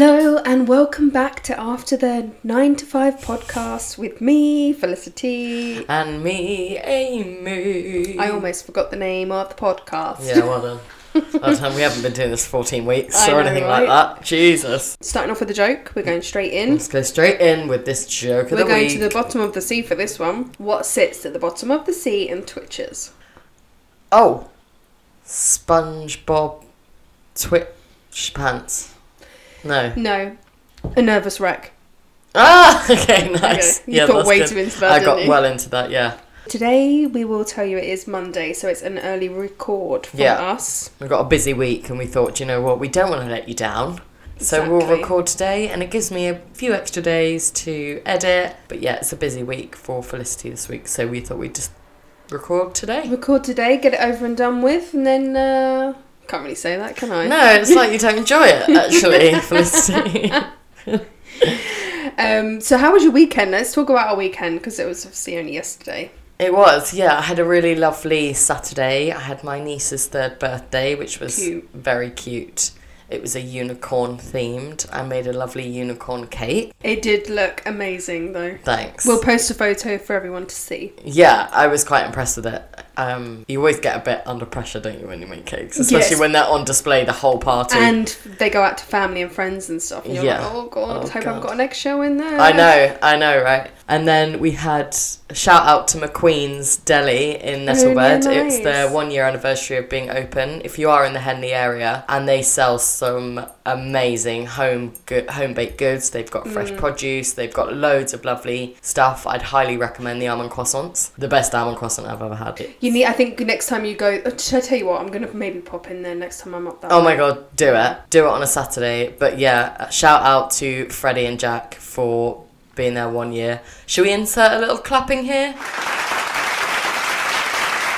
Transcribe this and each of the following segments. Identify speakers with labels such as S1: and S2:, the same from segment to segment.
S1: and welcome back to After the 9 to 5 podcast with me, Felicity.
S2: And me, Amy.
S1: I almost forgot the name of the podcast.
S2: Yeah, well done. By the time we haven't been doing this for 14 weeks
S1: I
S2: or
S1: know,
S2: anything
S1: right?
S2: like that. Jesus.
S1: Starting off with a joke, we're going straight in.
S2: Let's go straight in with this joke of
S1: We're
S2: the
S1: going
S2: week.
S1: to the bottom of the sea for this one. What sits at the bottom of the sea and twitches?
S2: oh, SpongeBob Twitch Pants. No.
S1: No, a nervous wreck.
S2: Ah, okay, nice.
S1: Okay, you got
S2: that's
S1: way
S2: good.
S1: too into that,
S2: I
S1: didn't
S2: got
S1: you?
S2: well into that, yeah.
S1: Today we will tell you it is Monday, so it's an early record from
S2: Yeah.
S1: us.
S2: We've got a busy week and we thought, you know what, we don't want to let you down. So we'll
S1: Exactly.
S2: record today and it gives me a few extra days to edit. But yeah, it's a busy week for Felicity this week, so we thought we'd just record today.
S1: Record today, get it over and done with, and then uh, can't really say that, can I?
S2: No, it's like you don't enjoy it actually, Felicity.
S1: Um, so how was your weekend? Let's talk about our weekend because it was obviously only yesterday.
S2: It was, yeah. I had a really lovely Saturday. I had my niece's third birthday, which was
S1: Cute.
S2: very cute. It was a unicorn themed. I made a lovely unicorn cake.
S1: It did look amazing though.
S2: Thanks.
S1: We'll post a photo for everyone to see.
S2: Yeah, I was quite impressed with it. Um, you always get a bit under pressure, don't you, when you make cakes, especially
S1: Yes.
S2: when they're on display the whole party.
S1: And they go out to family and friends and stuff. And you're
S2: Yeah.
S1: like, oh god,
S2: Oh,
S1: hope I've
S2: God.
S1: got an eggshell in there.
S2: I know, I know, right? And then we had a shout out to McQueen's Deli in
S1: Oh,
S2: Nettlebed.
S1: yeah,
S2: It's
S1: nice.
S2: their one year anniversary of being open. If you are in the Henley area, and they sell some amazing home go- home baked goods. They've got fresh
S1: Mm.
S2: produce. They've got loads of lovely stuff. I'd highly recommend the almond croissants. The best almond croissant I've ever had.
S1: You need. I think next time you go, oh, should I tell you what? I'm gonna maybe pop in there next time I'm up that.
S2: Oh my
S1: way.
S2: god, do it. Do it on a Saturday. But yeah, shout out to Freddie and Jack for being there one year. Should we insert a little clapping here?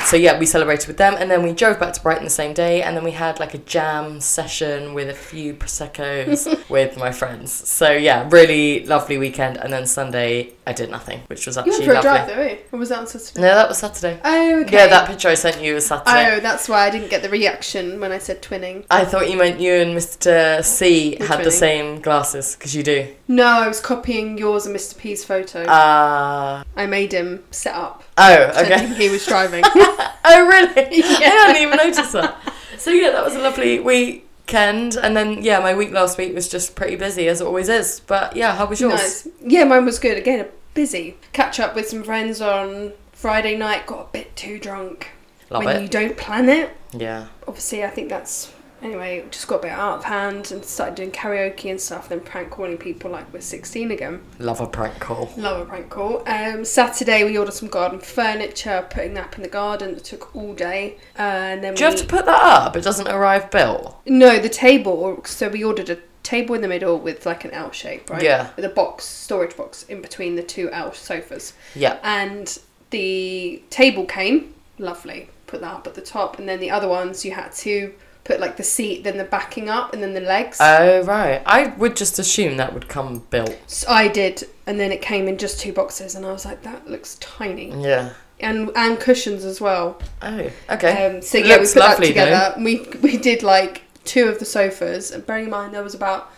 S2: So yeah, we celebrated with them and then we drove back to Brighton the same day and then we had like a jam session with a few proseccos with my friends. So yeah, really lovely weekend and then Sunday I did nothing, which was
S1: You went
S2: actually
S1: for a
S2: lovely.
S1: drive though, eh? Or was that on Saturday?
S2: No, that was Saturday.
S1: Oh, okay.
S2: Yeah, that picture I sent you was Saturday.
S1: Oh, that's why I didn't get the reaction when I said twinning.
S2: I thought you meant you and Mr. C
S1: Which
S2: had the
S1: really?
S2: same glasses because you do.
S1: No, I was copying yours and Mr. P's photo.
S2: Ah.
S1: I made him set up.
S2: oh,
S1: pretending
S2: okay.
S1: He was driving.
S2: oh, really?
S1: Yeah.
S2: I hadn't even noticed that. So yeah, that was a lovely weekend, and then yeah, my week last week was just pretty busy as it always is. But yeah, how was yours?
S1: nice. Yeah, mine was good. Again, busy. Catch up with some friends on Friday night. Got a bit too drunk.
S2: Love
S1: when
S2: it.
S1: you don't plan it,
S2: Yeah.
S1: obviously, I think that's. Anyway, it just got a bit out of hand and started doing karaoke and stuff, then prank calling people like we're 16 again.
S2: Love a prank call.
S1: Love a prank call. Um, Saturday we ordered some garden furniture, putting that up in the garden. It took all day, uh, and then
S2: Do you
S1: we,
S2: have to put that up? It doesn't arrive built.
S1: no the table. So we ordered a table in the middle with like an L shape, right?
S2: Yeah.
S1: With a box, storage box in between the two L sofas,
S2: Yeah.
S1: and the table came lovely. Put that up at the top, and then the other ones you had to put like the seat, then the backing up, and then the legs.
S2: Oh right. I would just assume that would come built.
S1: so I did, and then it came in just two boxes, and I was like, that looks tiny,
S2: Yeah.
S1: and and cushions as well.
S2: Oh. Okay.
S1: Um, so
S2: It
S1: yeah, we
S2: looks
S1: put that
S2: lovely,
S1: together. We we did like two of the sofas, and bearing in mind there was about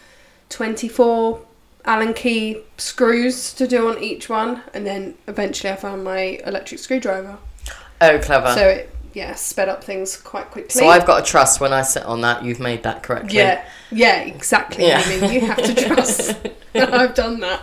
S1: twenty four Allen key screws to do on each one, and then eventually I found my electric screwdriver.
S2: Oh, clever.
S1: So it yeah sped up things quite quickly.
S2: So I've got to trust when I sit on that you've made that correctly.
S1: yeah yeah exactly.
S2: Yeah.
S1: I mean you have to trust. I've done that.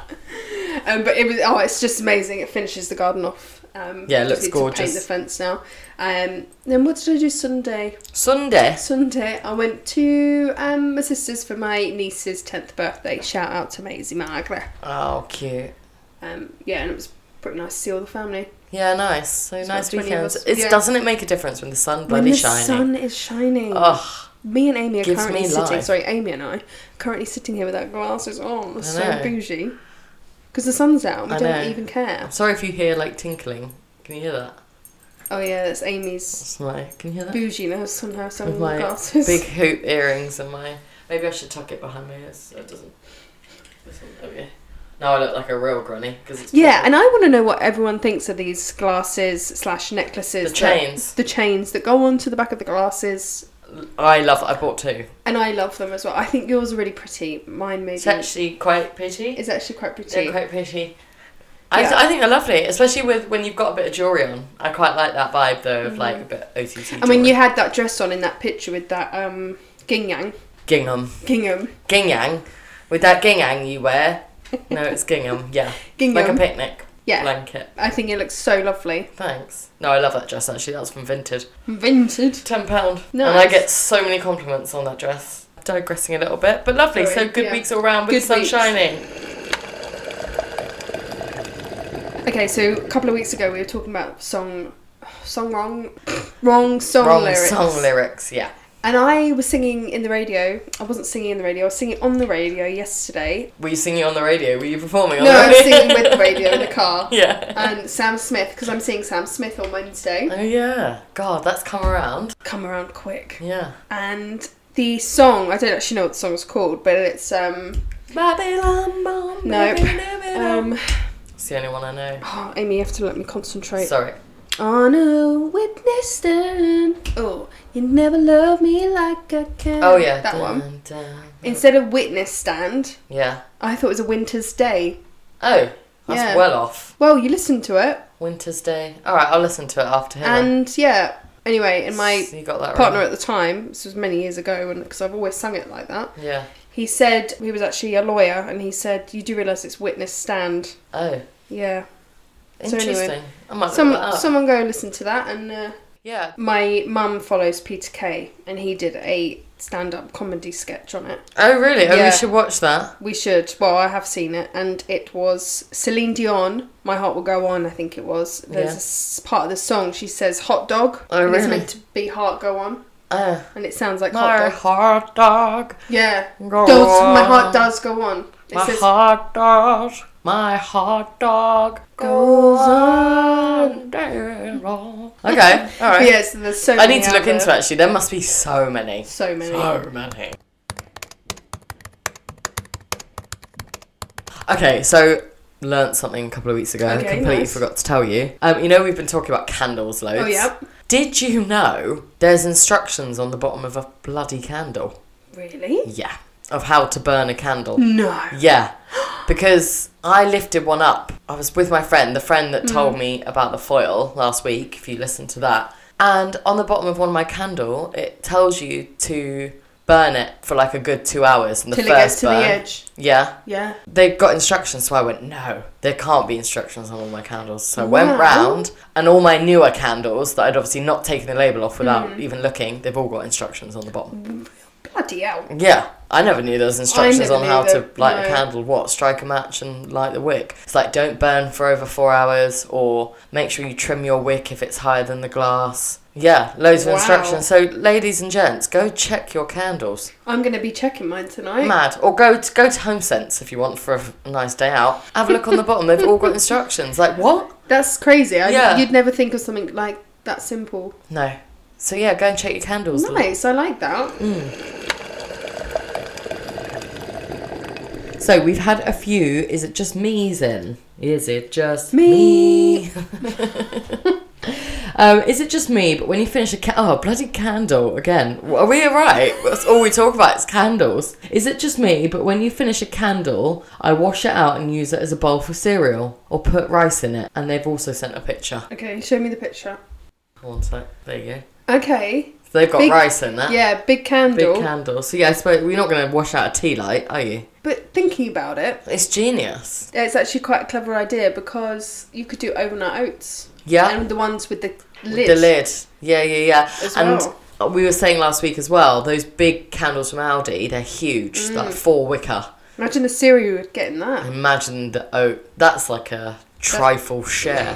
S1: Um, but it was oh, it's just amazing. It finishes the garden off. Um,
S2: Yeah,
S1: just
S2: it looks
S1: need to Paint
S2: gorgeous.
S1: the fence now. Um, then what did I do Sunday?
S2: Sunday.
S1: Sunday, I went to um, my sister's for my niece's 10th birthday. Shout out to Maisie Margaret.
S2: Oh, cute.
S1: Um, yeah, and it was pretty nice to see all the family.
S2: Yeah, nice. So
S1: It's
S2: nice
S1: about 20
S2: weekends.
S1: of us.
S2: It's
S1: Yeah.
S2: doesn't it make a difference when the sun
S1: when
S2: bloody Oh,
S1: the
S2: shining?
S1: sun is shining.
S2: Ugh,
S1: me and Amy are
S2: gives
S1: currently
S2: me
S1: sitting,
S2: life.
S1: sorry, Amy and I, are currently sitting here with our glasses on. We're so
S2: know.
S1: bougie. Because the sun's out and we
S2: I
S1: don't
S2: know.
S1: even care.
S2: I'm sorry if you hear like tinkling. Can you hear that?
S1: Oh, yeah, that's Amy's
S2: It's my. Can you hear that?
S1: bouginess somehow, some
S2: With my
S1: glasses.
S2: Big hoop earrings and my. Maybe I should tuck it behind my ears so it doesn't. This one, there we go. Now I look like a real granny because it's.
S1: Yeah,
S2: purple.
S1: and I want to know what everyone thinks of these glasses slash necklaces.
S2: the
S1: that-
S2: chains.
S1: the chains that go onto the back of the glasses
S2: I love that I bought two.
S1: and I love them as well. I think yours are really pretty. Mine maybe
S2: It's actually quite pretty.
S1: is actually quite pretty.
S2: They're quite pretty. I,
S1: Yeah.
S2: I think they're lovely, especially with when you've got a bit of jewellery on. I quite like that vibe though of like a bit of OTT.
S1: Mm-hmm. I mean, you had that dress on in that picture with that um, gingham,
S2: gingham,
S1: gingham,
S2: gingham, with that gingham you wear. No, it's gingham. Yeah,
S1: gingham.
S2: like a picnic
S1: yeah,
S2: blanket.
S1: I think it looks so lovely.
S2: Thanks. No, I love that dress actually. That was from Vinted.
S1: Vinted.
S2: Ten pound. And I
S1: Nice.
S2: get so many compliments on that dress. Digressing a little bit, but lovely.
S1: Sorry,
S2: So good
S1: yeah.
S2: weeks all round with
S1: Good
S2: the sun
S1: weeks.
S2: shining.
S1: Okay, so a couple of weeks ago we were talking about song, song wrong, wrong song
S2: Wrong
S1: lyrics.
S2: song lyrics. Yeah.
S1: And I was singing in the radio. I wasn't singing in the radio. I was singing on the radio yesterday.
S2: Were you singing on the radio? Were you performing on
S1: No,
S2: the
S1: I
S2: radio?
S1: was singing with the radio in the car. Um,
S2: yeah.
S1: And Sam Smith, because I'm seeing Sam Smith on Wednesday.
S2: Oh yeah. God, that's come around.
S1: Come around quick.
S2: Yeah.
S1: And the song, I don't actually know what the song's called, but it's um,
S2: Babylon bomb.
S1: Nope.
S2: Babylon.
S1: um
S2: it's the only one I know.
S1: oh, Amy, you have to let me concentrate.
S2: Sorry.
S1: On a witness stand. Oh, you never love me like I can.
S2: Oh yeah.
S1: That one.
S2: Dun, dun.
S1: Instead of witness stand,
S2: Yeah.
S1: I thought it was a winter's day.
S2: Oh, that's
S1: Yeah.
S2: well off.
S1: Well, you listened to it,
S2: Winter's Day. All right, I'll listen to it after him.
S1: and yeah. Anyway, and my
S2: you got that
S1: partner
S2: Right.
S1: at the time, this was many years ago, and because I've always sung it like that,
S2: Yeah.
S1: he said he was actually a lawyer, and he said, "You do realise it's witness stand."
S2: Oh,
S1: Yeah. So anyway,
S2: interesting. I might look that
S1: Some,
S2: up.
S1: someone go and listen to that. And uh,
S2: Yeah.
S1: my mum follows Peter Kay, and he did a stand-up comedy sketch on it.
S2: Oh really? Oh,
S1: Yeah.
S2: we should watch that.
S1: We should. Well, I have seen it, and it was Celine Dion. My heart will go on. I think it was. There's
S2: Yeah.
S1: a s- part of the song. She says hot dog.
S2: Oh,
S1: and It's
S2: really?
S1: meant to be heart go on,
S2: Oh.
S1: and it sounds like
S2: My
S1: hot dog.
S2: hot dog.
S1: Yeah.
S2: Go
S1: Does my
S2: on.
S1: heart does go on? It
S2: My
S1: says
S2: hot dog, my hot dog goes
S1: Goes
S2: on. day long. Okay, all
S1: but
S2: right.
S1: yeah. So there's so.
S2: I need to look into it. Actually, there must be so many.
S1: So many.
S2: So many. Okay, so learnt something a couple of weeks ago.
S1: Okay,
S2: completely
S1: nice.
S2: forgot to tell you. Um, you know we've been talking about candles loads.
S1: Oh yep.
S2: Did you know there's instructions on the bottom of a bloody candle?
S1: Really?
S2: Yeah, of how to burn a candle.
S1: No.
S2: Yeah, because I lifted one up. I was with my friend, the friend that
S1: Mm.
S2: told me about the foil last week, if you listen to that. And on the bottom of one of my candle, it tells you to burn it for like a good two hours. And the
S1: Till it
S2: first
S1: gets to
S2: burn,
S1: the edge.
S2: Yeah,
S1: Yeah.
S2: they've got instructions, so I went, no, there can't be instructions on all my candles. So I went
S1: Wow.
S2: round, and all my newer candles that I'd obviously not taken the label off without
S1: Mm.
S2: even looking, they've all got instructions on the bottom.
S1: Bloody hell.
S2: Yeah, I never knew there was instructions
S1: never
S2: on
S1: knew
S2: how to
S1: that,
S2: light a
S1: no.
S2: candle, what, strike a match and light the wick. It's like don't burn for over four hours or make sure you trim your wick if it's higher than the glass. Yeah, loads of
S1: Wow.
S2: instructions. So ladies and gents, go check your candles.
S1: I'm gonna be checking mine tonight.
S2: Mad. Or go to go to Home Sense if you want for a f- nice day out. Have a look on the bottom, they've all got instructions. Like what?
S1: That's crazy. I,
S2: Yeah.
S1: You'd never think of something like that simple.
S2: No. So yeah, go and check your candles.
S1: Nice. I like
S2: Mm.
S1: that.
S2: So we've had a few. Is it just me's in? Is it just
S1: Me.
S2: me? um, is it just me? But when you finish a ca- oh bloody candle again, are we alright? That's all we talk about is candles. Is it just me? But when you finish a candle, I wash it out and use it as a bowl for cereal or put rice in it. And they've also sent a picture.
S1: Okay, show me the picture.
S2: One sec. There you go.
S1: Okay.
S2: So they've got
S1: Big-
S2: rice in that.
S1: Yeah, big candle.
S2: Ah. Big candle. So yeah, I suppose we're not going to wash out a tea light, are you?
S1: but thinking about it,
S2: It's genius.
S1: it's actually quite a clever idea because you could do overnight oats.
S2: Yeah.
S1: And the ones with the
S2: With
S1: lid.
S2: The lid. Yeah, yeah, yeah.
S1: As
S2: and
S1: well.
S2: uh, we were saying last week as well, those big candles from Aldi, they're huge,
S1: Mm.
S2: like four wicker.
S1: Imagine the cereal would get in that.
S2: Imagine the oat. oh, That's like a trifle share,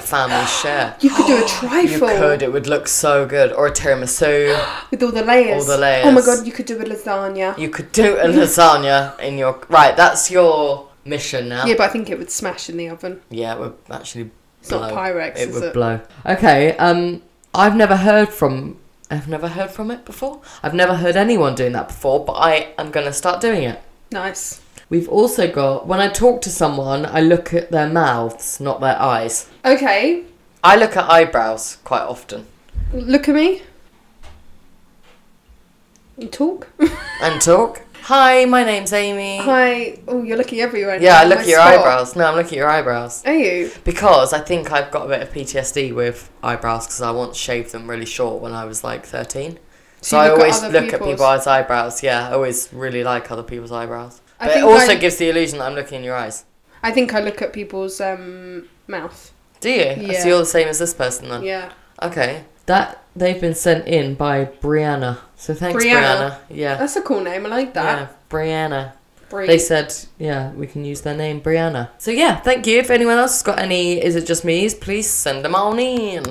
S2: family share.
S1: You could do a
S2: You
S1: trifle
S2: could, it would look so good. Or a tiramisu.
S1: with all the layers.
S2: All the layers.
S1: Oh my god, you could do a lasagna.
S2: You could do a lasagna in your. Right, that's your mission now.
S1: Yeah, but I think it would smash in the oven.
S2: Yeah, it would actually
S1: It's not Pyrex,
S2: It
S1: is
S2: would
S1: it?
S2: blow. Okay, um, I've never heard from. I've never heard from it before. I've never heard anyone doing that before, but I am going to start doing it.
S1: Nice.
S2: We've also got when I talk to someone, I look at their mouths, not their eyes.
S1: Okay,
S2: I look at eyebrows quite often.
S1: look at me. You talk.
S2: and talk. Hi, my name's Amy.
S1: Hi. Oh, you're looking everywhere.
S2: Yeah, I
S1: now.
S2: look
S1: My
S2: at your
S1: spot.
S2: eyebrows. No, I'm looking at your eyebrows.
S1: Are you?
S2: Because I think I've got a bit of PTSD with eyebrows because I once shaved them really short when I was like 13. So,
S1: you
S2: I
S1: look at
S2: always
S1: other
S2: look at
S1: people's-
S2: people's eyebrows. Yeah, I always really like other people's eyebrows.
S1: I
S2: But it
S1: think
S2: also
S1: I-
S2: gives the illusion that I'm looking in your eyes.
S1: I think I look at people's um, mouth.
S2: Do you?
S1: Yeah.
S2: So you're the same as this person then?
S1: Yeah.
S2: Okay. That they've been sent in by Brianna. So thanks, Brianna.
S1: Brianna.
S2: Yeah.
S1: That's a cool name. I like that.
S2: Yeah, Brianna.
S1: Bree.
S2: They said, yeah, we can use their name, Brianna. So yeah, thank you. If anyone else has got any, is it just me's? Please send them on in.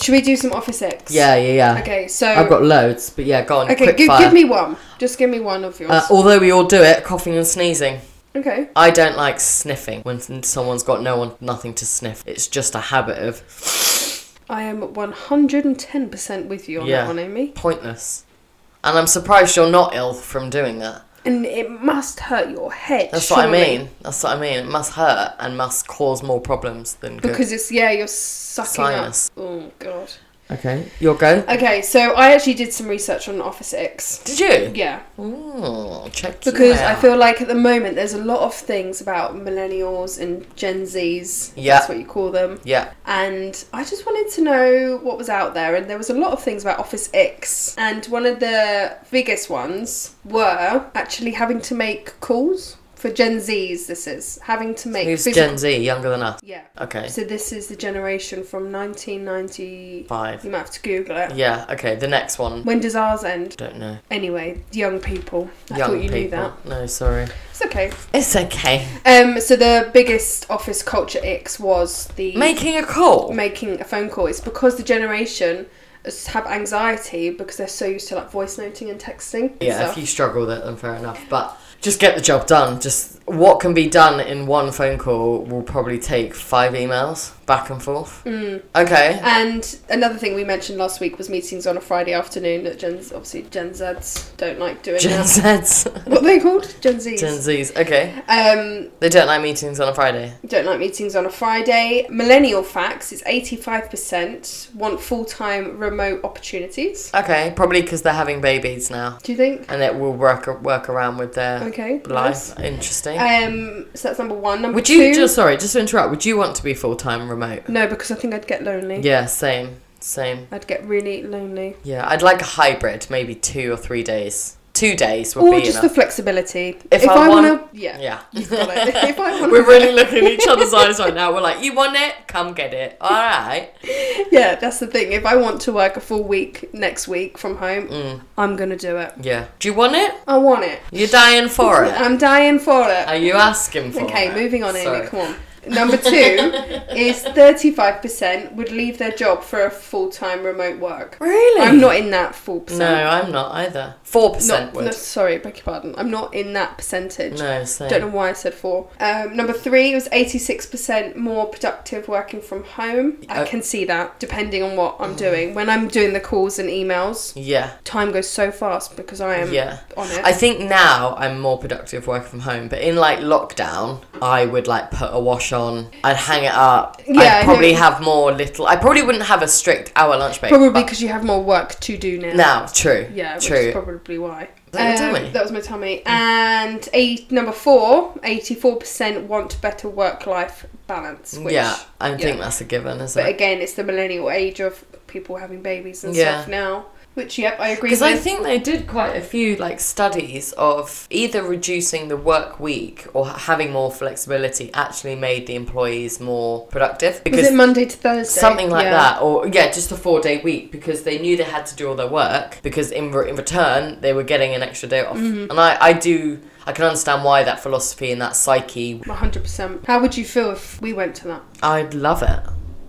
S1: Should we do some office X?
S2: Yeah, yeah, yeah.
S1: Okay. So.
S2: I've got loads, but yeah, go on.
S1: okay.
S2: quick
S1: Give,
S2: fire.
S1: give me one. Just give me one of yours.
S2: Uh, although we all do it, coughing and sneezing.
S1: okay.
S2: I don't like sniffing when s- someone's got no one, nothing to sniff. It's just a habit of
S1: I am one hundred and ten percent with you on
S2: Yeah.
S1: that one, Amy.
S2: pointless. And I'm surprised you're not ill from doing that.
S1: And it must hurt your head.
S2: That's what I
S1: surely,
S2: mean. That's what I mean. It must hurt and must cause more problems than good.
S1: Because it's yeah, you're sucking
S2: Sinus.
S1: up. Oh god.
S2: okay, your go.
S1: Okay, so I actually did some research on Office X.
S2: Uh, Did you?
S1: Yeah,
S2: Ooh, check you
S1: because I
S2: out.
S1: feel like at the moment there's a lot of things about millennials and Gen Zs. if
S2: Yeah.
S1: That's what you call them.
S2: Yeah.
S1: And I just wanted to know what was out there. And there was a lot of things about Office X. And one of the biggest ones were actually having to make calls for Gen Zs, this is. Having to make.
S2: Who's
S1: phys-
S2: Gen Z? Younger than us.
S1: Yeah.
S2: Okay.
S1: So this is the generation from 1990.
S2: Five.
S1: You might have to Google it.
S2: Yeah. Okay. The next one.
S1: When does ours end?
S2: Don't know.
S1: Anyway, young people. I
S2: Young
S1: thought you
S2: people.
S1: knew that.
S2: No, sorry.
S1: It's okay.
S2: It's okay.
S1: Um, so the biggest office culture X was the
S2: Making a call.
S1: making a phone call. It's because the generation is- have anxiety because they're so used to like voice noting and texting. and
S2: Yeah.
S1: stuff.
S2: If you struggle with it, then fair enough. But just get the job done. Just what can be done in one phone call will probably take five emails back and forth. Mm. Okay.
S1: And another thing we mentioned last week was meetings on a Friday afternoon that Gen obviously Gen Zs don't like doing.
S2: Gen
S1: that.
S2: Zs.
S1: What are they called? Gen Zs.
S2: Gen Zs. Okay.
S1: um,
S2: They don't like meetings on a Friday.
S1: don't like meetings on a Friday. Millennial facts is 85% want full time remote opportunities.
S2: Okay. Probably because they're having babies now,
S1: Do you think?
S2: and it will work work around with their
S1: Okay. nice.
S2: life. Interesting.
S1: Um, so that's number one. Number
S2: Would
S1: two.
S2: you just sorry, just to interrupt? Would you want to be full time remote?
S1: No, because I think I'd get lonely.
S2: Yeah, same, same.
S1: I'd get really lonely.
S2: Yeah, I'd like a hybrid, maybe two or three days. Two days would
S1: Or
S2: be
S1: just the
S2: enough.
S1: flexibility.
S2: If I
S1: wanna, yeah.
S2: yeah.
S1: you've got it. if I wanna,
S2: We're really looking in each other's eyes right now. We're like, you want it? Come get it. All right.
S1: yeah, that's the thing. If I want to work a full week next week from home, I'm gonna do it.
S2: Yeah. Do you want it?
S1: I want it.
S2: You're dying for it.
S1: I'm dying for it.
S2: Are you asking for it?
S1: Okay, moving on, Amy.
S2: Sorry.
S1: Come on. Number two is 35% would leave their job for a full time remote work.
S2: Really?
S1: I'm not in that full
S2: No,
S1: percent.
S2: I'm not either. Four percent
S1: no,
S2: would.
S1: sorry, beg your pardon. I'm not in that percentage.
S2: No, same.
S1: Don't know why I said four. Um, number three was 86% more productive working from home. I
S2: Uh,
S1: can see that depending on what I'm doing. When I'm doing the calls and emails,
S2: Yeah.
S1: time goes so fast because I am
S2: Yeah.
S1: on it.
S2: I think now I'm more productive working from home, but in like lockdown, I would like put a wash on, I'd hang it up.
S1: Yeah,
S2: I'd
S1: I
S2: probably
S1: know.
S2: have more little. I probably wouldn't have a strict hour lunch break.
S1: Probably
S2: but
S1: because you have more work to do now.
S2: now, true.
S1: Yeah, which
S2: true.
S1: is probably why.
S2: that your
S1: Um,
S2: tummy?
S1: that was my
S2: Mm.
S1: tummy. And eight, number four, 84% want better work life balance. Which,
S2: yeah, I think
S1: yeah.
S2: that's a given, isn't
S1: But
S2: it?
S1: again, it's the millennial age of people having babies and
S2: Yeah.
S1: stuff now. Which, yep, I agree
S2: Because
S1: with.
S2: I think they did quite a few like studies of either reducing the work week or ha- having more flexibility actually made the employees more productive.
S1: was
S2: Because
S1: it Monday to Thursday?
S2: something like
S1: Yeah.
S2: that or yeah just a four day week because they knew they had to do all their work because in, re- in return they were getting an extra day off
S1: Mm-hmm.
S2: and I, I do i can understand why that philosophy and that psyche
S1: 100%. How would you feel if we went to that?
S2: i'd love it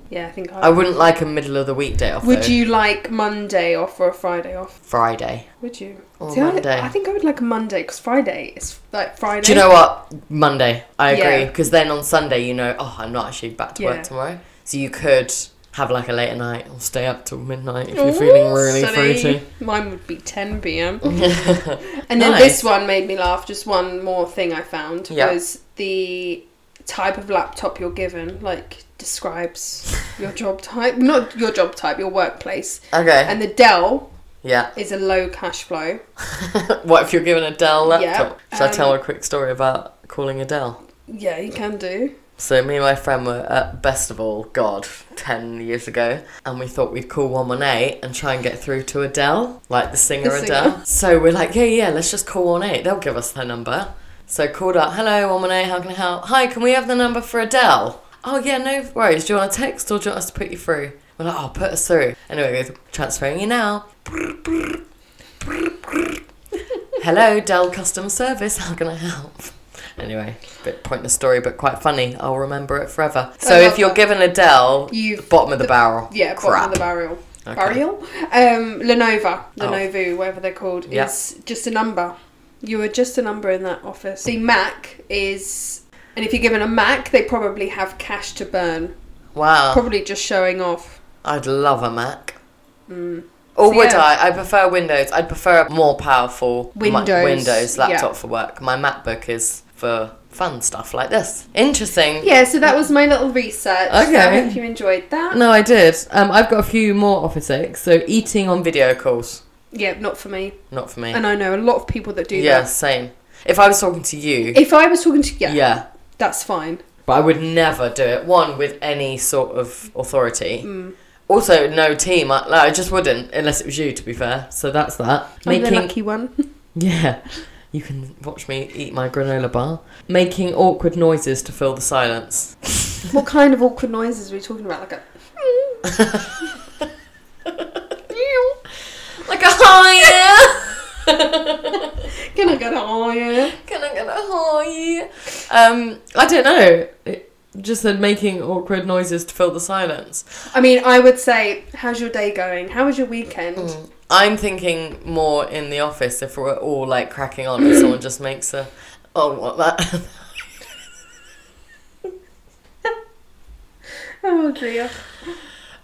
S1: Yeah, I think I
S2: i
S1: would.
S2: wouldn't like a middle of the week day off
S1: Would
S2: though.
S1: you like Monday off or a Friday off?
S2: friday
S1: Would you?
S2: Or
S1: I-
S2: Monday.
S1: I, think I would like a Monday because Friday is like Friday.
S2: do you know what monday i agree
S1: Yeah.
S2: because then on sunday you know oh i'm not actually back to
S1: Yeah.
S2: work tomorrow so you could have like a later night or stay up till midnight if you're feeling really fruity
S1: Mine would be 10 p.m.
S2: yeah
S1: And then
S2: Nice.
S1: this one made me laugh. Just one more thing I found
S2: Yeah.
S1: was the type of laptop you're given. Like, describes your job type, not your job type, your workplace.
S2: Okay.
S1: And the Dell
S2: yeah.
S1: is a low cash flow.
S2: what if you're given a Dell
S1: Yeah,
S2: laptop? Shall I
S1: um,
S2: tell a quick story about calling a Dell?
S1: Yeah, you can do.
S2: So me and my friend were at Best of All, God, ten years ago, and we thought we'd call one one eight and try and get through to Adele, like the singer
S1: The singer.
S2: Adele. So we're like, yeah, yeah, let's just call one eight. They'll give us their number. So called up, hello one one eight, how can I help? Hi, can we have the number for Adele? Oh yeah, no worries. Do you want a text or do you want us to put you through? We're like, oh, put us through. Anyway, we're transferring you now. Hello, Dell Customer Service. How can I help? Anyway, bit pointless story, but quite funny. I'll remember it forever. So
S1: love
S2: if you're
S1: that.
S2: given a Dell,
S1: You
S2: bottom of the, barrel.
S1: yeah, bottom
S2: crap.
S1: of the barrel.
S2: Okay.
S1: Barrel? Um, Lenovo, Lenovo, whatever they're called,
S2: Yeah.
S1: is just a number. You are just a number in that office. The Mac is, and if you're given a Mac, they probably have cash to burn.
S2: Wow,
S1: Probably just showing off.
S2: I'd love a Mac. Or
S1: Mm. So,
S2: would
S1: yeah.
S2: I? I prefer Windows. I'd prefer a more powerful mi-
S1: Windows,
S2: Windows
S1: yeah.
S2: laptop for work. My MacBook is for fun stuff like this. Interesting.
S1: Yeah, so that was my little research.
S2: Okay.
S1: I hope you enjoyed that.
S2: No, I did. Um, I've got a few more Office X. So eating on video calls,
S1: Yeah, not for me.
S2: not for me.
S1: And I know a lot of people that do
S2: yeah,
S1: that.
S2: same. If I was talking to you,
S1: If I was talking to yeah,
S2: yeah,
S1: that's fine.
S2: But I would never do it. One with any sort of authority.
S1: Mm.
S2: Also, no team. I, like, I just wouldn't unless it was you. To be fair, so that's that.
S1: I'm
S2: Making
S1: the lucky one.
S2: yeah, you can watch me eat my granola bar. Making awkward noises to fill the silence.
S1: what kind of awkward noises are we talking about? Like a
S2: Like a hi yeah.
S1: can I get a oh yeah?
S2: Can I get a hi? Um, I don't know. It just said making awkward noises to fill the silence.
S1: I mean, I would say, how's your day going? How was your weekend?
S2: Mm. I'm thinking more in the office if we're all like cracking on and someone just makes a oh what that
S1: Oh dear.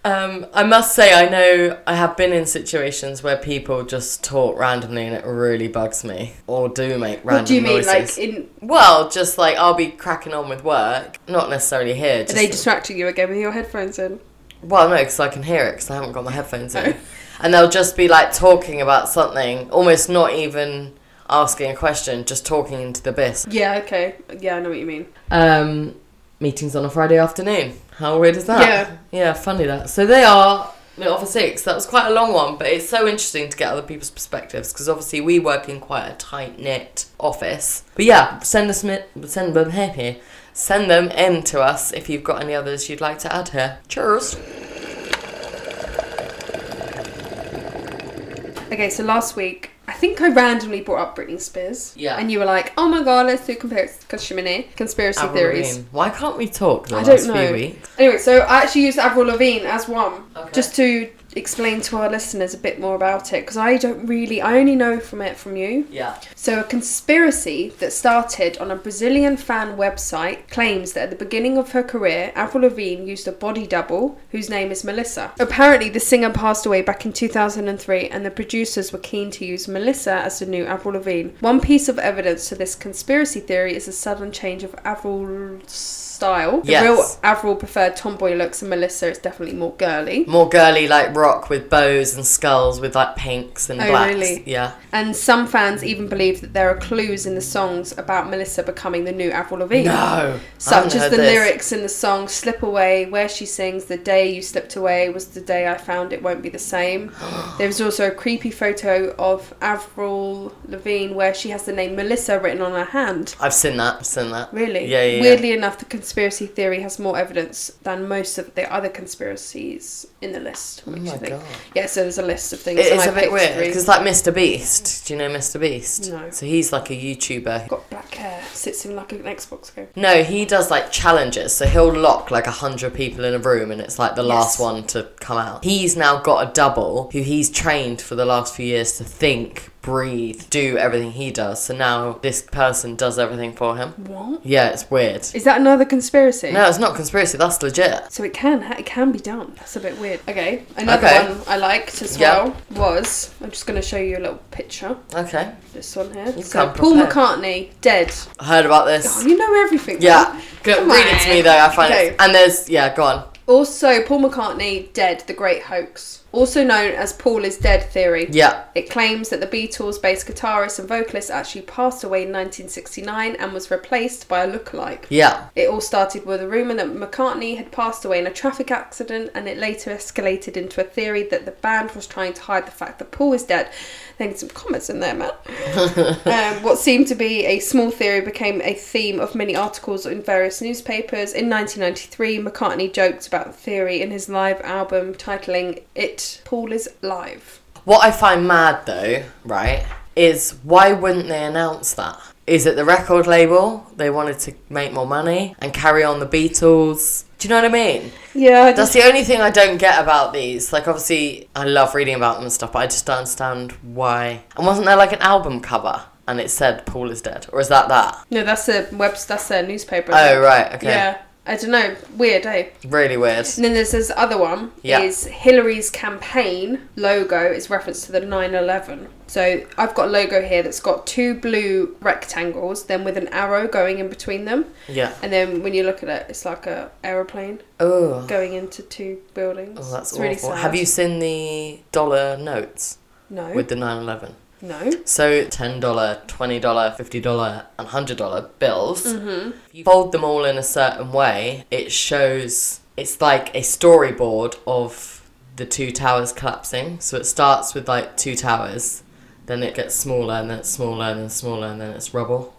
S2: um I must say I know I have been in situations where people just talk randomly and it really bugs me or do make random
S1: What do you mean? Like,
S2: noises.
S1: in
S2: well just like I'll be cracking on with work not necessarily here
S1: are they distracting you again with your headphones in?
S2: Well, no, because I can hear it because I haven't got my headphones in.
S1: Oh.
S2: and they'll just be like talking about something, almost not even asking a question, just talking into the abyss.
S1: Yeah. Okay. Yeah, I know what you mean.
S2: Um, meetings on a Friday afternoon. How weird is that?
S1: Yeah.
S2: Yeah, funny that. So they are little for six. That was quite a long one, but it's so interesting to get other people's perspectives because obviously we work in quite a tight knit office. But yeah, send us mi- send them here, here. Send them in to us if you've got any others you'd like to add here. Cheers.
S1: Okay, so last week, I think I randomly brought up Britney Spears.
S2: Yeah.
S1: And you were like, oh my god, let's do compar- conspiracy conspiracy theories.
S2: Avril Lavigne. Why can't we talk the
S1: I
S2: last
S1: don't
S2: few
S1: know.
S2: weeks?
S1: Anyway, so I actually used Avril Lavigne as one,
S2: Okay.
S1: just to explain to our listeners a bit more about it, because I don't really, I only know from it from you.
S2: Yeah.
S1: So, a conspiracy that started on a Brazilian fan website claims that at the beginning of her career, Avril Lavigne used a body double whose name is Melissa. Apparently, the singer passed away back in 2003, and the producers were keen to use Melissa as the new Avril Lavigne. One piece of evidence to this conspiracy theory is a sudden change of Avril's style. The
S2: Yes.
S1: real Avril preferred tomboy looks, and Melissa is definitely more girly.
S2: More girly like rock with bows and skulls with like pinks and
S1: Oh,
S2: blacks.
S1: really?
S2: Yeah.
S1: And some fans even believe that there are clues in the songs about Melissa becoming the new Avril Lavigne.
S2: No. I
S1: such
S2: haven't
S1: as
S2: heard
S1: the
S2: this.
S1: lyrics in the song Slip Away, where she sings, The day you slipped away was the day I found it won't be the same. there was also a creepy photo of Avril Lavigne where she has the name Melissa written on her hand.
S2: I've seen that. I've seen that.
S1: Really?
S2: Yeah, yeah. yeah.
S1: Weirdly enough, the conspiracy theory has more evidence than most of the other conspiracies in the list. Which
S2: Oh my
S1: I think.
S2: God.
S1: Yeah, so there's a list of things.
S2: It
S1: and
S2: is
S1: I
S2: a bit
S1: picked
S2: weird
S1: three.
S2: because, like, Mr. Beast. Do you know Mr. Beast?
S1: No.
S2: So he's like a YouTuber.
S1: Got black hair, sits in like an Xbox game.
S2: No, he does like challenges. So he'll lock like a hundred people in a room, and it's like the last
S1: Yes.
S2: one to come out. He's now got a double who he's trained for the last few years to think breathe, do everything he does. So now this person does everything for him.
S1: What?
S2: Yeah, it's weird.
S1: Is that another conspiracy?
S2: No, it's not conspiracy. That's legit.
S1: So it can ha- it can be done. That's a bit weird. Okay, another
S2: Okay.
S1: one I liked as
S2: Yeah.
S1: well was I'm just going to show you a little picture.
S2: Okay,
S1: This one here.
S2: You
S1: so
S2: come
S1: Paul
S2: prepared.
S1: McCartney dead.
S2: I heard about
S1: Oh,
S2: this.
S1: you know everything. man.
S2: Yeah, Go,
S1: Come
S2: read it to
S1: on.
S2: me though. I find
S1: Okay.
S2: it. And there's yeah, go on.
S1: Also, Paul McCartney dead. The Great Hoax, also known as Paul is dead theory.
S2: Yeah,
S1: It claims that the Beatles bass guitarist and vocalist actually passed away in 1969 and was replaced by a lookalike.
S2: yeah.
S1: It all started with a rumour that McCartney had passed away in a traffic accident, and it later escalated into a theory that the band was trying to hide the fact that Paul is dead. Then some comments in there, man. um, what seemed to be a small theory became a theme of many articles in various newspapers. In 1993, McCartney joked about the theory in his live album, titling it "Paul is Live."
S2: What I find mad though, right, is why wouldn't they announce that? Is it the record label? They wanted to make more money and carry on the Beatles. Do you know what I mean?
S1: Yeah, I just,
S2: That's the only thing I don't get about these. Like, obviously, I love reading about them and stuff, but I just don't understand why. And wasn't there like an album cover and it said Paul is dead? Or is that that?
S1: no, that's a web. That's a newspaper. I
S2: Oh,
S1: think.
S2: right, okay.
S1: Yeah, I don't know. Weird, eh?
S2: Really weird.
S1: And then there's this other one.
S2: Yeah.
S1: Is Hillary's campaign logo is reference to the 9/11. So I've got a logo here that's got two blue rectangles, then with an arrow going in between them,
S2: Yeah.
S1: and then when you look at it, it's like a aeroplane
S2: Oh,
S1: going into two buildings.
S2: oh that's
S1: it's
S2: awful.
S1: really sad.
S2: Have you seen the dollar notes
S1: No.
S2: with the 9 11?
S1: no.
S2: So ten dollar, twenty dollar, fifty dollar, and hundred dollar bills.
S1: Mm-hmm.
S2: If you fold them all in a certain way, it shows. It's like a storyboard of the two towers collapsing. So it starts with like two towers, then it gets smaller, and then it's smaller, and then smaller, and then it's rubble.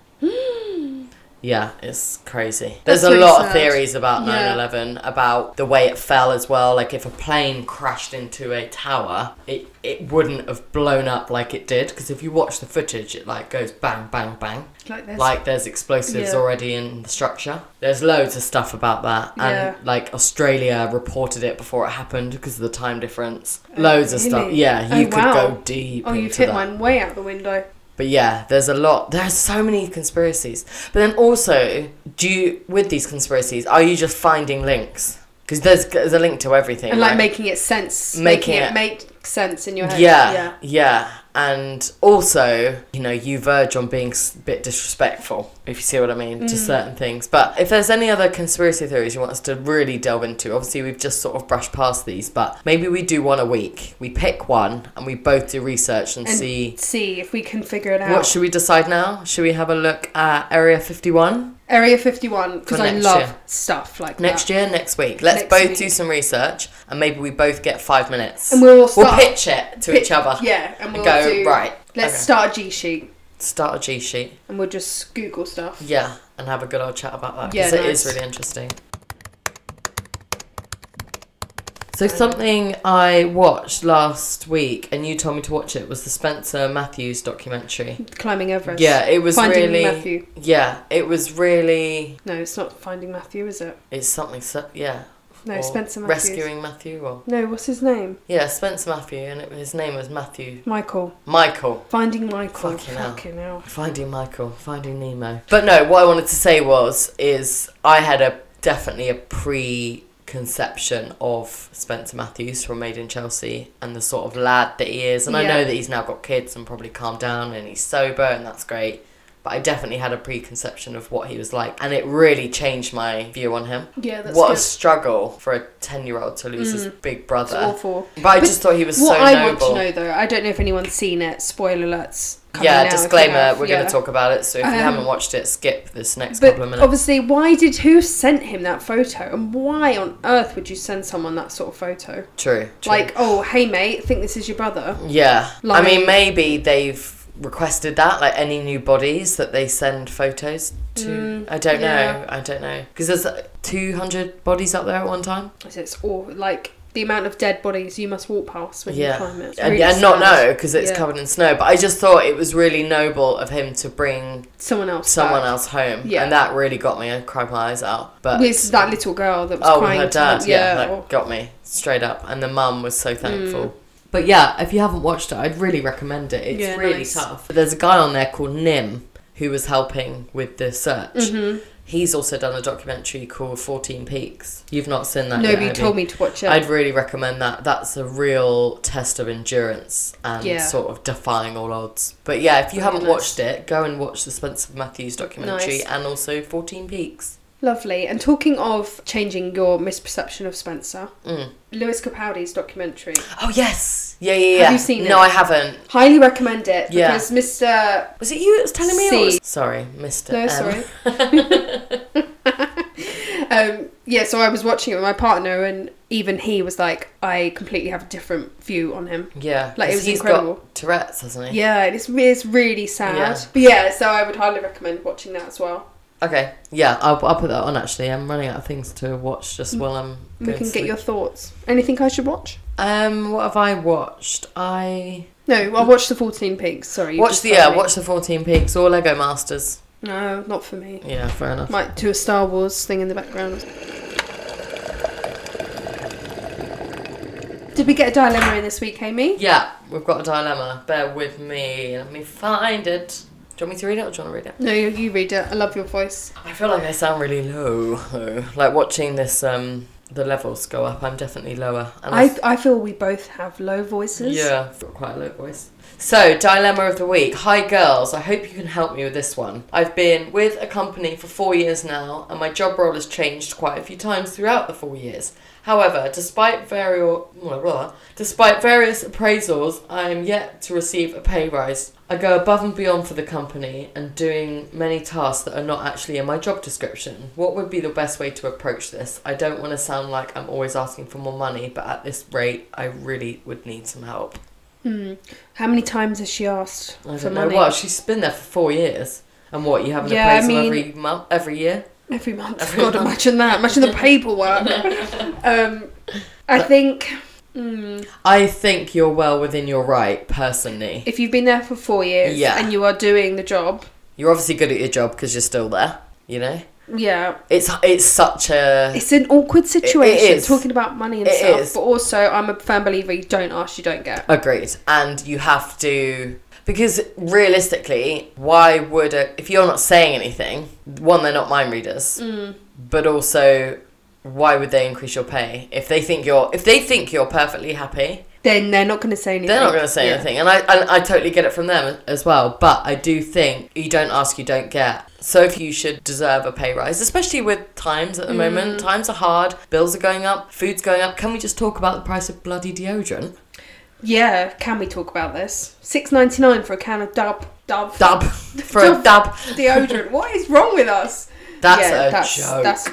S2: Yeah, it's crazy.
S1: That's
S2: There's a
S1: really
S2: lot of
S1: sad.
S2: theories about 9
S1: Yeah.
S2: 11, about the way it fell as well. Like, if a plane crashed into a tower, it, it wouldn't have blown up like it did. Because if you watch the footage, it like goes bang, bang, bang.
S1: Like this.
S2: Like, there's explosives
S1: Yeah.
S2: already in the structure. There's loads of stuff about that.
S1: Yeah.
S2: And, like, Australia reported it before it happened because of the time difference. loads of stuff.
S1: Oh, really?
S2: Yeah,
S1: Oh,
S2: you could
S1: wow.
S2: go deep.
S1: oh, you've
S2: into
S1: hit
S2: that.
S1: mine way out the window.
S2: But yeah, there's a lot. There's so many conspiracies. But then also, do you with these conspiracies are you just finding links? Because there's there's a link to everything.
S1: And like
S2: right?
S1: making it sense,
S2: Making
S1: making, it,
S2: it-
S1: make sense in your head.
S2: yeah,
S1: yeah.
S2: yeah, And also, you know, you verge on being a bit disrespectful if you see what I mean to
S1: Mm.
S2: certain things. But if there's any other conspiracy theories you want us to really delve into, obviously we've just sort of brushed past these. But maybe we do one a week. We pick one and we both do research and,
S1: And
S2: see.
S1: see if we can figure it out.
S2: What should we decide now? Should we have a look at Area 51?
S1: Area 51, because
S2: For
S1: I
S2: next
S1: love
S2: year.
S1: stuff like
S2: Next
S1: that.
S2: year, next week. Let's
S1: Next
S2: both
S1: week.
S2: do some research and maybe we both get five minutes.
S1: And we'll all start.
S2: pitch it to each other.
S1: Yeah, and we'll
S2: go,
S1: do.
S2: right.
S1: Let's
S2: okay.
S1: start a G sheet
S2: start a G sheet.
S1: and we'll just Google stuff.
S2: Yeah, and have a good old chat about that
S1: Yeah,
S2: because it is
S1: nice.
S2: really interesting. So something I watched last week and you told me to watch it was the Spencer Matthews documentary.
S1: Climbing Everest.
S2: Yeah, it was
S1: Finding
S2: really
S1: Matthew.
S2: Yeah, it was really
S1: No, it's not Finding Matthew, is it?
S2: it's something so, yeah.
S1: No,
S2: or
S1: Spencer Matthews.
S2: Rescuing Matthew or
S1: No, what's his name?
S2: Yeah, Spencer Matthew, and it, his name was Matthew
S1: Michael.
S2: Michael.
S1: Finding Michael.
S2: Fucking hell.
S1: hell.
S2: Finding Michael, finding Nemo. But no, what I wanted to say was, is I had a definitely a preconception of Spencer Matthews from Made in Chelsea and the sort of lad that he is. And I
S1: Yeah.
S2: know that he's now got kids and probably calmed down and he's sober and that's great. But I definitely had a preconception of what he was like, and it really changed my view on him.
S1: Yeah, that's
S2: what a
S1: good. Mm.
S2: struggle for a ten-year-old to lose his big
S1: It's
S2: brother.
S1: awful.
S2: But I
S1: But
S2: just thought he was
S1: what
S2: so
S1: I
S2: noble.
S1: want to know though, I don't know if anyone's seen it. Spoiler alerts. coming now
S2: yeah,
S1: if you
S2: disclaimer,
S1: have,
S2: we're going
S1: yeah.
S2: to talk about it, so if
S1: Um,
S2: you haven't watched it, skip this next
S1: But
S2: couple of minutes.
S1: obviously, why did who sent him that photo, and why on earth would you send someone that sort of photo?
S2: True, true.
S1: Like, oh, hey mate, think this is your brother.
S2: yeah.
S1: like-
S2: I mean, maybe they've requested that, like any new bodies that they send photos to.
S1: Mm,
S2: I don't
S1: yeah.
S2: know, I don't know. Because there's uh, 200 bodies up there at one time.
S1: It's all like the amount of dead bodies you must walk past when you
S2: Yeah.
S1: climb it. It's
S2: and,
S1: really
S2: and not
S1: sad.
S2: know, because it's
S1: Yeah.
S2: covered in snow. But I just thought it was really noble of him to bring
S1: Someone else.
S2: someone
S1: back.
S2: else home.
S1: Yeah.
S2: And that really got me. I cried my eyes out. But
S1: It's that little girl that was
S2: Oh,
S1: crying.
S2: her
S1: to her- Mm.
S2: dad, yeah, that
S1: or-
S2: got me straight up. And the mum was so thankful But yeah, if you haven't watched it, I'd really recommend it. It's
S1: Yeah,
S2: really
S1: nice.
S2: tough. There's a guy on there called Nim who was helping with the search.
S1: Mm-hmm.
S2: He's also done a documentary called 14 Peaks. You've not seen that yet.
S1: Nobody
S2: have
S1: told
S2: you?
S1: me to watch it.
S2: I'd really recommend that. That's a real test of endurance and
S1: Yeah.
S2: sort of defying all odds. But yeah, if you
S1: Really
S2: haven't
S1: nice.
S2: watched it, go and watch the Spencer Matthews documentary
S1: Nice.
S2: and also 14 Peaks.
S1: Lovely. And talking of changing your misperception of Spencer,
S2: Mm.
S1: Lewis Capaldi's documentary.
S2: Oh, yes. Yeah, yeah, yeah.
S1: Have you seen
S2: No,
S1: it?
S2: I haven't.
S1: Highly recommend it
S2: Yeah.
S1: because Mr.
S2: Was it you that was telling me?
S1: See.
S2: Or was... Sorry, Mr.
S1: No,
S2: M.
S1: sorry. um, yeah, so I was watching it with my partner, and even he was like, I completely have a different view on him.
S2: Yeah.
S1: Like, it
S2: 'cause
S1: was
S2: he's
S1: incredible.
S2: got Tourette's, hasn't he?
S1: Yeah, it's, it's really sad.
S2: Yeah.
S1: But yeah, so I would highly recommend watching that as well.
S2: Okay. Yeah, I'll, I'll put that on actually. I'm running out of things to watch just while I'm.
S1: Mm. We can
S2: going to
S1: get
S2: sleep.
S1: your thoughts. Anything I should watch?
S2: Um, what have I watched? I.
S1: No, I'll watch the 14 Peaks. Sorry. you
S2: Watch
S1: just
S2: the
S1: told
S2: yeah,
S1: me.
S2: watch the fourteen peaks or Lego Masters.
S1: No, not for me.
S2: Yeah, fair enough.
S1: Might do a Star Wars thing in the background. Did we get a dilemma in this week, Amy?
S2: Yeah, we've got a dilemma. Bear with me. Let me find it. Do you want me to read it or do you want to read it?
S1: No, you, you read it. I love your voice.
S2: I feel like I sound really low. though. Like watching this, um, the levels go up. I'm definitely lower. And I
S1: I, I feel we both have low voices.
S2: Yeah, I've got quite a low voice. So, dilemma of the week. Hi, girls. I hope you can help me with this one. I've been with a company for four years now, and my job role has changed quite a few times throughout the four years. However, despite various blah, blah, despite various appraisals, I am yet to receive a pay rise. I go above and beyond for the company and doing many tasks that are not actually in my job description. What would be the best way to approach this? I don't want to sound like I'm always asking for more money, but at this rate, I really would need some help.
S1: Hmm. How many times has she asked
S2: I
S1: for
S2: don't know.
S1: money?
S2: Well, she's been there for four years, and what you have an
S1: Yeah, I
S2: appraisal
S1: mean-
S2: every month, every year.
S1: Every month.
S2: Every
S1: God,
S2: month.
S1: imagine that. Imagine the paperwork. um, I think hmm,
S2: I think you're well within your right, personally.
S1: if you've been there for four years
S2: Yeah.
S1: and you are doing the job,
S2: You're obviously good at your job because you're still there. You know,
S1: yeah,
S2: it's it's such a
S1: it's an awkward situation
S2: Uh, is.
S1: talking about money and
S2: It
S1: stuff.
S2: is.
S1: But also, I'm a firm believer: you don't ask, you don't get.
S2: Agreed. And you have to because realistically, why would a, if you're not saying anything, one they're not mind readers,
S1: Mm.
S2: but also why would they increase your pay if they think you're if they think you're perfectly happy?
S1: Then they're not going to say anything.
S2: They're not going to say
S1: Yeah.
S2: anything, and I and I totally get it from them as well. But I do think you don't ask, you don't get. So if you should deserve a pay rise, especially with times at the moment,
S1: Mm.
S2: times are hard, bills are going up, food's going up. Can we just talk about the price of bloody deodorant?
S1: Yeah, can we talk about this? Six ninety nine for a can of Dub Dub
S2: Dab for a
S1: Dab.
S2: dab.
S1: deodorant. what is wrong with us?
S2: That's
S1: Yeah,
S2: a
S1: that's,
S2: joke. That's...
S1: That's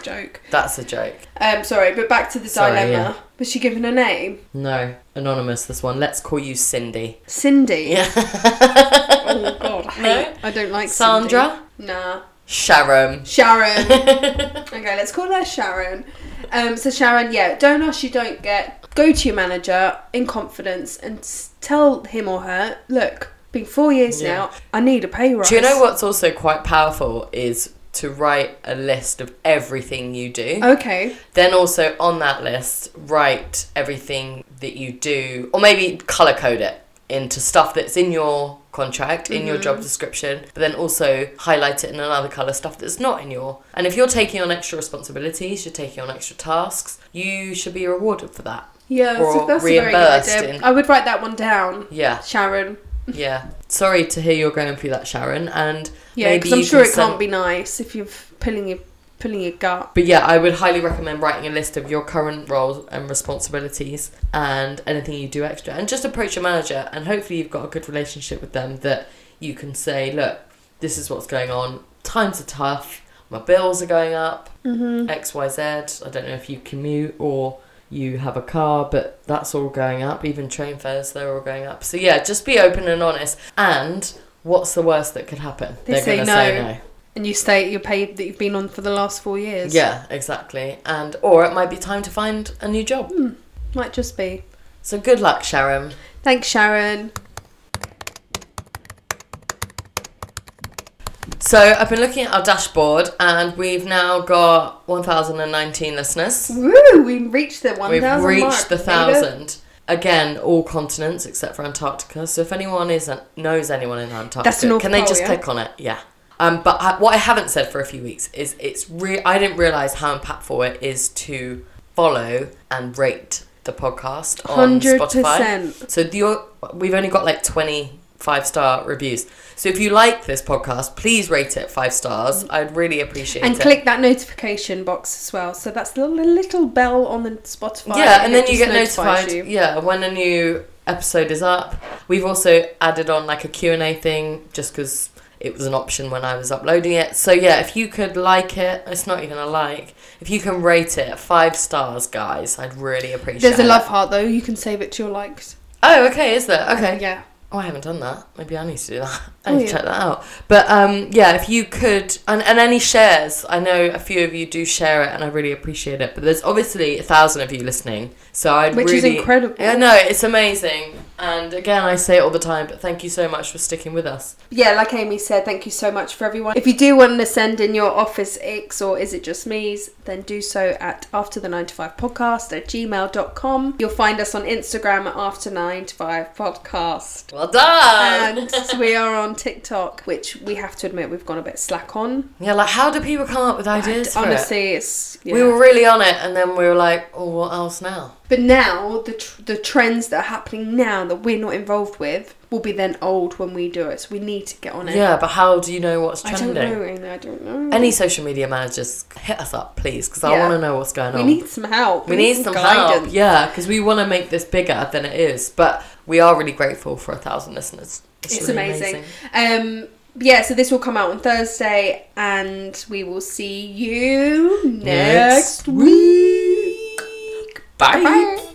S1: a joke.
S2: a joke.
S1: Um, sorry, but back to the
S2: Sorry,
S1: dilemma.
S2: yeah.
S1: Was she given a name?
S2: No, anonymous. This one. Let's call you Cindy.
S1: Cindy.
S2: Yeah.
S1: Oh God, I hate. I don't like
S2: Sandra.
S1: Cindy. Nah.
S2: Sharon.
S1: Sharon. okay, let's call her Sharon. Um, so Sharon, yeah, don't ask, you don't get. Go to your manager in confidence and s- tell him or her, look, been four years
S2: Yeah.
S1: now, I need a pay rise.
S2: Do you know what's also quite powerful is to write a list of everything you do.
S1: Okay,
S2: Then also on that list, write everything that you do, or maybe color code it into stuff that's in your contract, in your job description, but then also highlight it in another color, stuff that's not in your. And if you're taking on extra responsibilities, you're taking on extra tasks, you should be rewarded for that.
S1: yeah, so
S2: Or
S1: that's a very good
S2: reimbursed
S1: idea.
S2: in-
S1: I would write that one down,
S2: Yeah,
S1: Sharon.
S2: yeah. Sorry to hear you're going through that, Sharon. And
S1: Yeah,
S2: Maybe
S1: because I'm
S2: you
S1: sure it
S2: can send-
S1: can't be nice if you're pulling your pulling your gut.
S2: But yeah, I would highly recommend writing a list of your current roles and responsibilities and anything you do extra. And just approach your manager, and hopefully, you've got a good relationship with them that you can say, look, this is what's going on. Times are tough. My bills are going up.
S1: Mm-hmm.
S2: X, Y, Z. I don't know if you commute or you have a car, but that's all going up. Even train fares, they're all going up. So yeah, just be open and honest. And what's the worst that could happen?
S1: They
S2: are
S1: say
S2: going to
S1: no.
S2: say no.
S1: And you stay at your pay that you've been on for the last four years.
S2: Yeah, exactly. And or it might be time to find a new job.
S1: might just be.
S2: So good luck, Sharon.
S1: Thanks, Sharon.
S2: So I've been looking at our dashboard and we've now got 1019 listeners.
S1: Woo! We reached the one
S2: We've
S1: thousand. mark.
S2: reached the
S1: Made it.
S2: 1000. Again, all continents except for Antarctica. So if anyone is knows anyone in Antarctica,
S1: North
S2: can they
S1: Pole,
S2: just
S1: yeah?
S2: click on it? Yeah. Um, but I, what I haven't said for a few weeks is it's re- I didn't realize how impactful it is to follow and rate the podcast on
S1: Hundred
S2: Spotify.
S1: percent.
S2: So the, we've only got like 20 five star reviews. So if you like this podcast, please rate it five stars. I'd really appreciate
S1: And
S2: it.
S1: click that notification box as well. So that's the little, little bell on the Spotify.
S2: yeah, and
S1: it
S2: then you
S1: just
S2: get
S1: notifies
S2: notified.
S1: you.
S2: Yeah, when a new episode is up. We've also added on like a Q&A thing just cuz it was an option when I was uploading it. So yeah, if you could like it, it's not even a like. If you can rate it 5 stars, guys, I'd really appreciate
S1: There's a
S2: it.
S1: love heart though. You can save it to your likes.
S2: Oh, okay, is there? Okay.
S1: Yeah.
S2: Oh, I haven't done that. Maybe I need to do that. I
S1: Oh,
S2: need to
S1: yeah.
S2: check that out. But um, yeah, if you could, and, and any shares, I know a few of you do share it, and I really appreciate it. But there's obviously a thousand of you listening, so I'd
S1: Which is
S2: really,
S1: incredible.
S2: Yeah, no, it's amazing. And again, I say it all the time, but thank you so much for sticking with us.
S1: Yeah, like Amy said, thank you so much for everyone. If you do want to send in your office icks or is it just me's, then do so at after the 9 to 5 podcast at gmail.com. You'll find us on Instagram at after 9 to 5 podcast.
S2: Well done.
S1: And we are on TikTok, which we have to admit we've gone a bit slack on.
S2: yeah, like how do people come up with ideas? for it?
S1: Honestly, it's. yeah.
S2: we were really on it, and then we were like, oh, what else now?
S1: But now the tr- the trends that are happening now that we're not involved with will be then old when we do it. So we need to get on it.
S2: Yeah, but how do you know what's
S1: I
S2: trending?
S1: don't know, Amy. I don't know.
S2: Any social media managers, hit us up, please, because I
S1: Yeah.
S2: want to know what's going
S1: we
S2: on.
S1: need some help.
S2: we need some help, yeah, because we want to make this bigger than it is. But we are really grateful for a thousand listeners.
S1: It's
S2: really
S1: amazing. Um, yeah, so this will come out on Thursday, and we will see you next,
S2: Next week. Bye.
S1: Bye.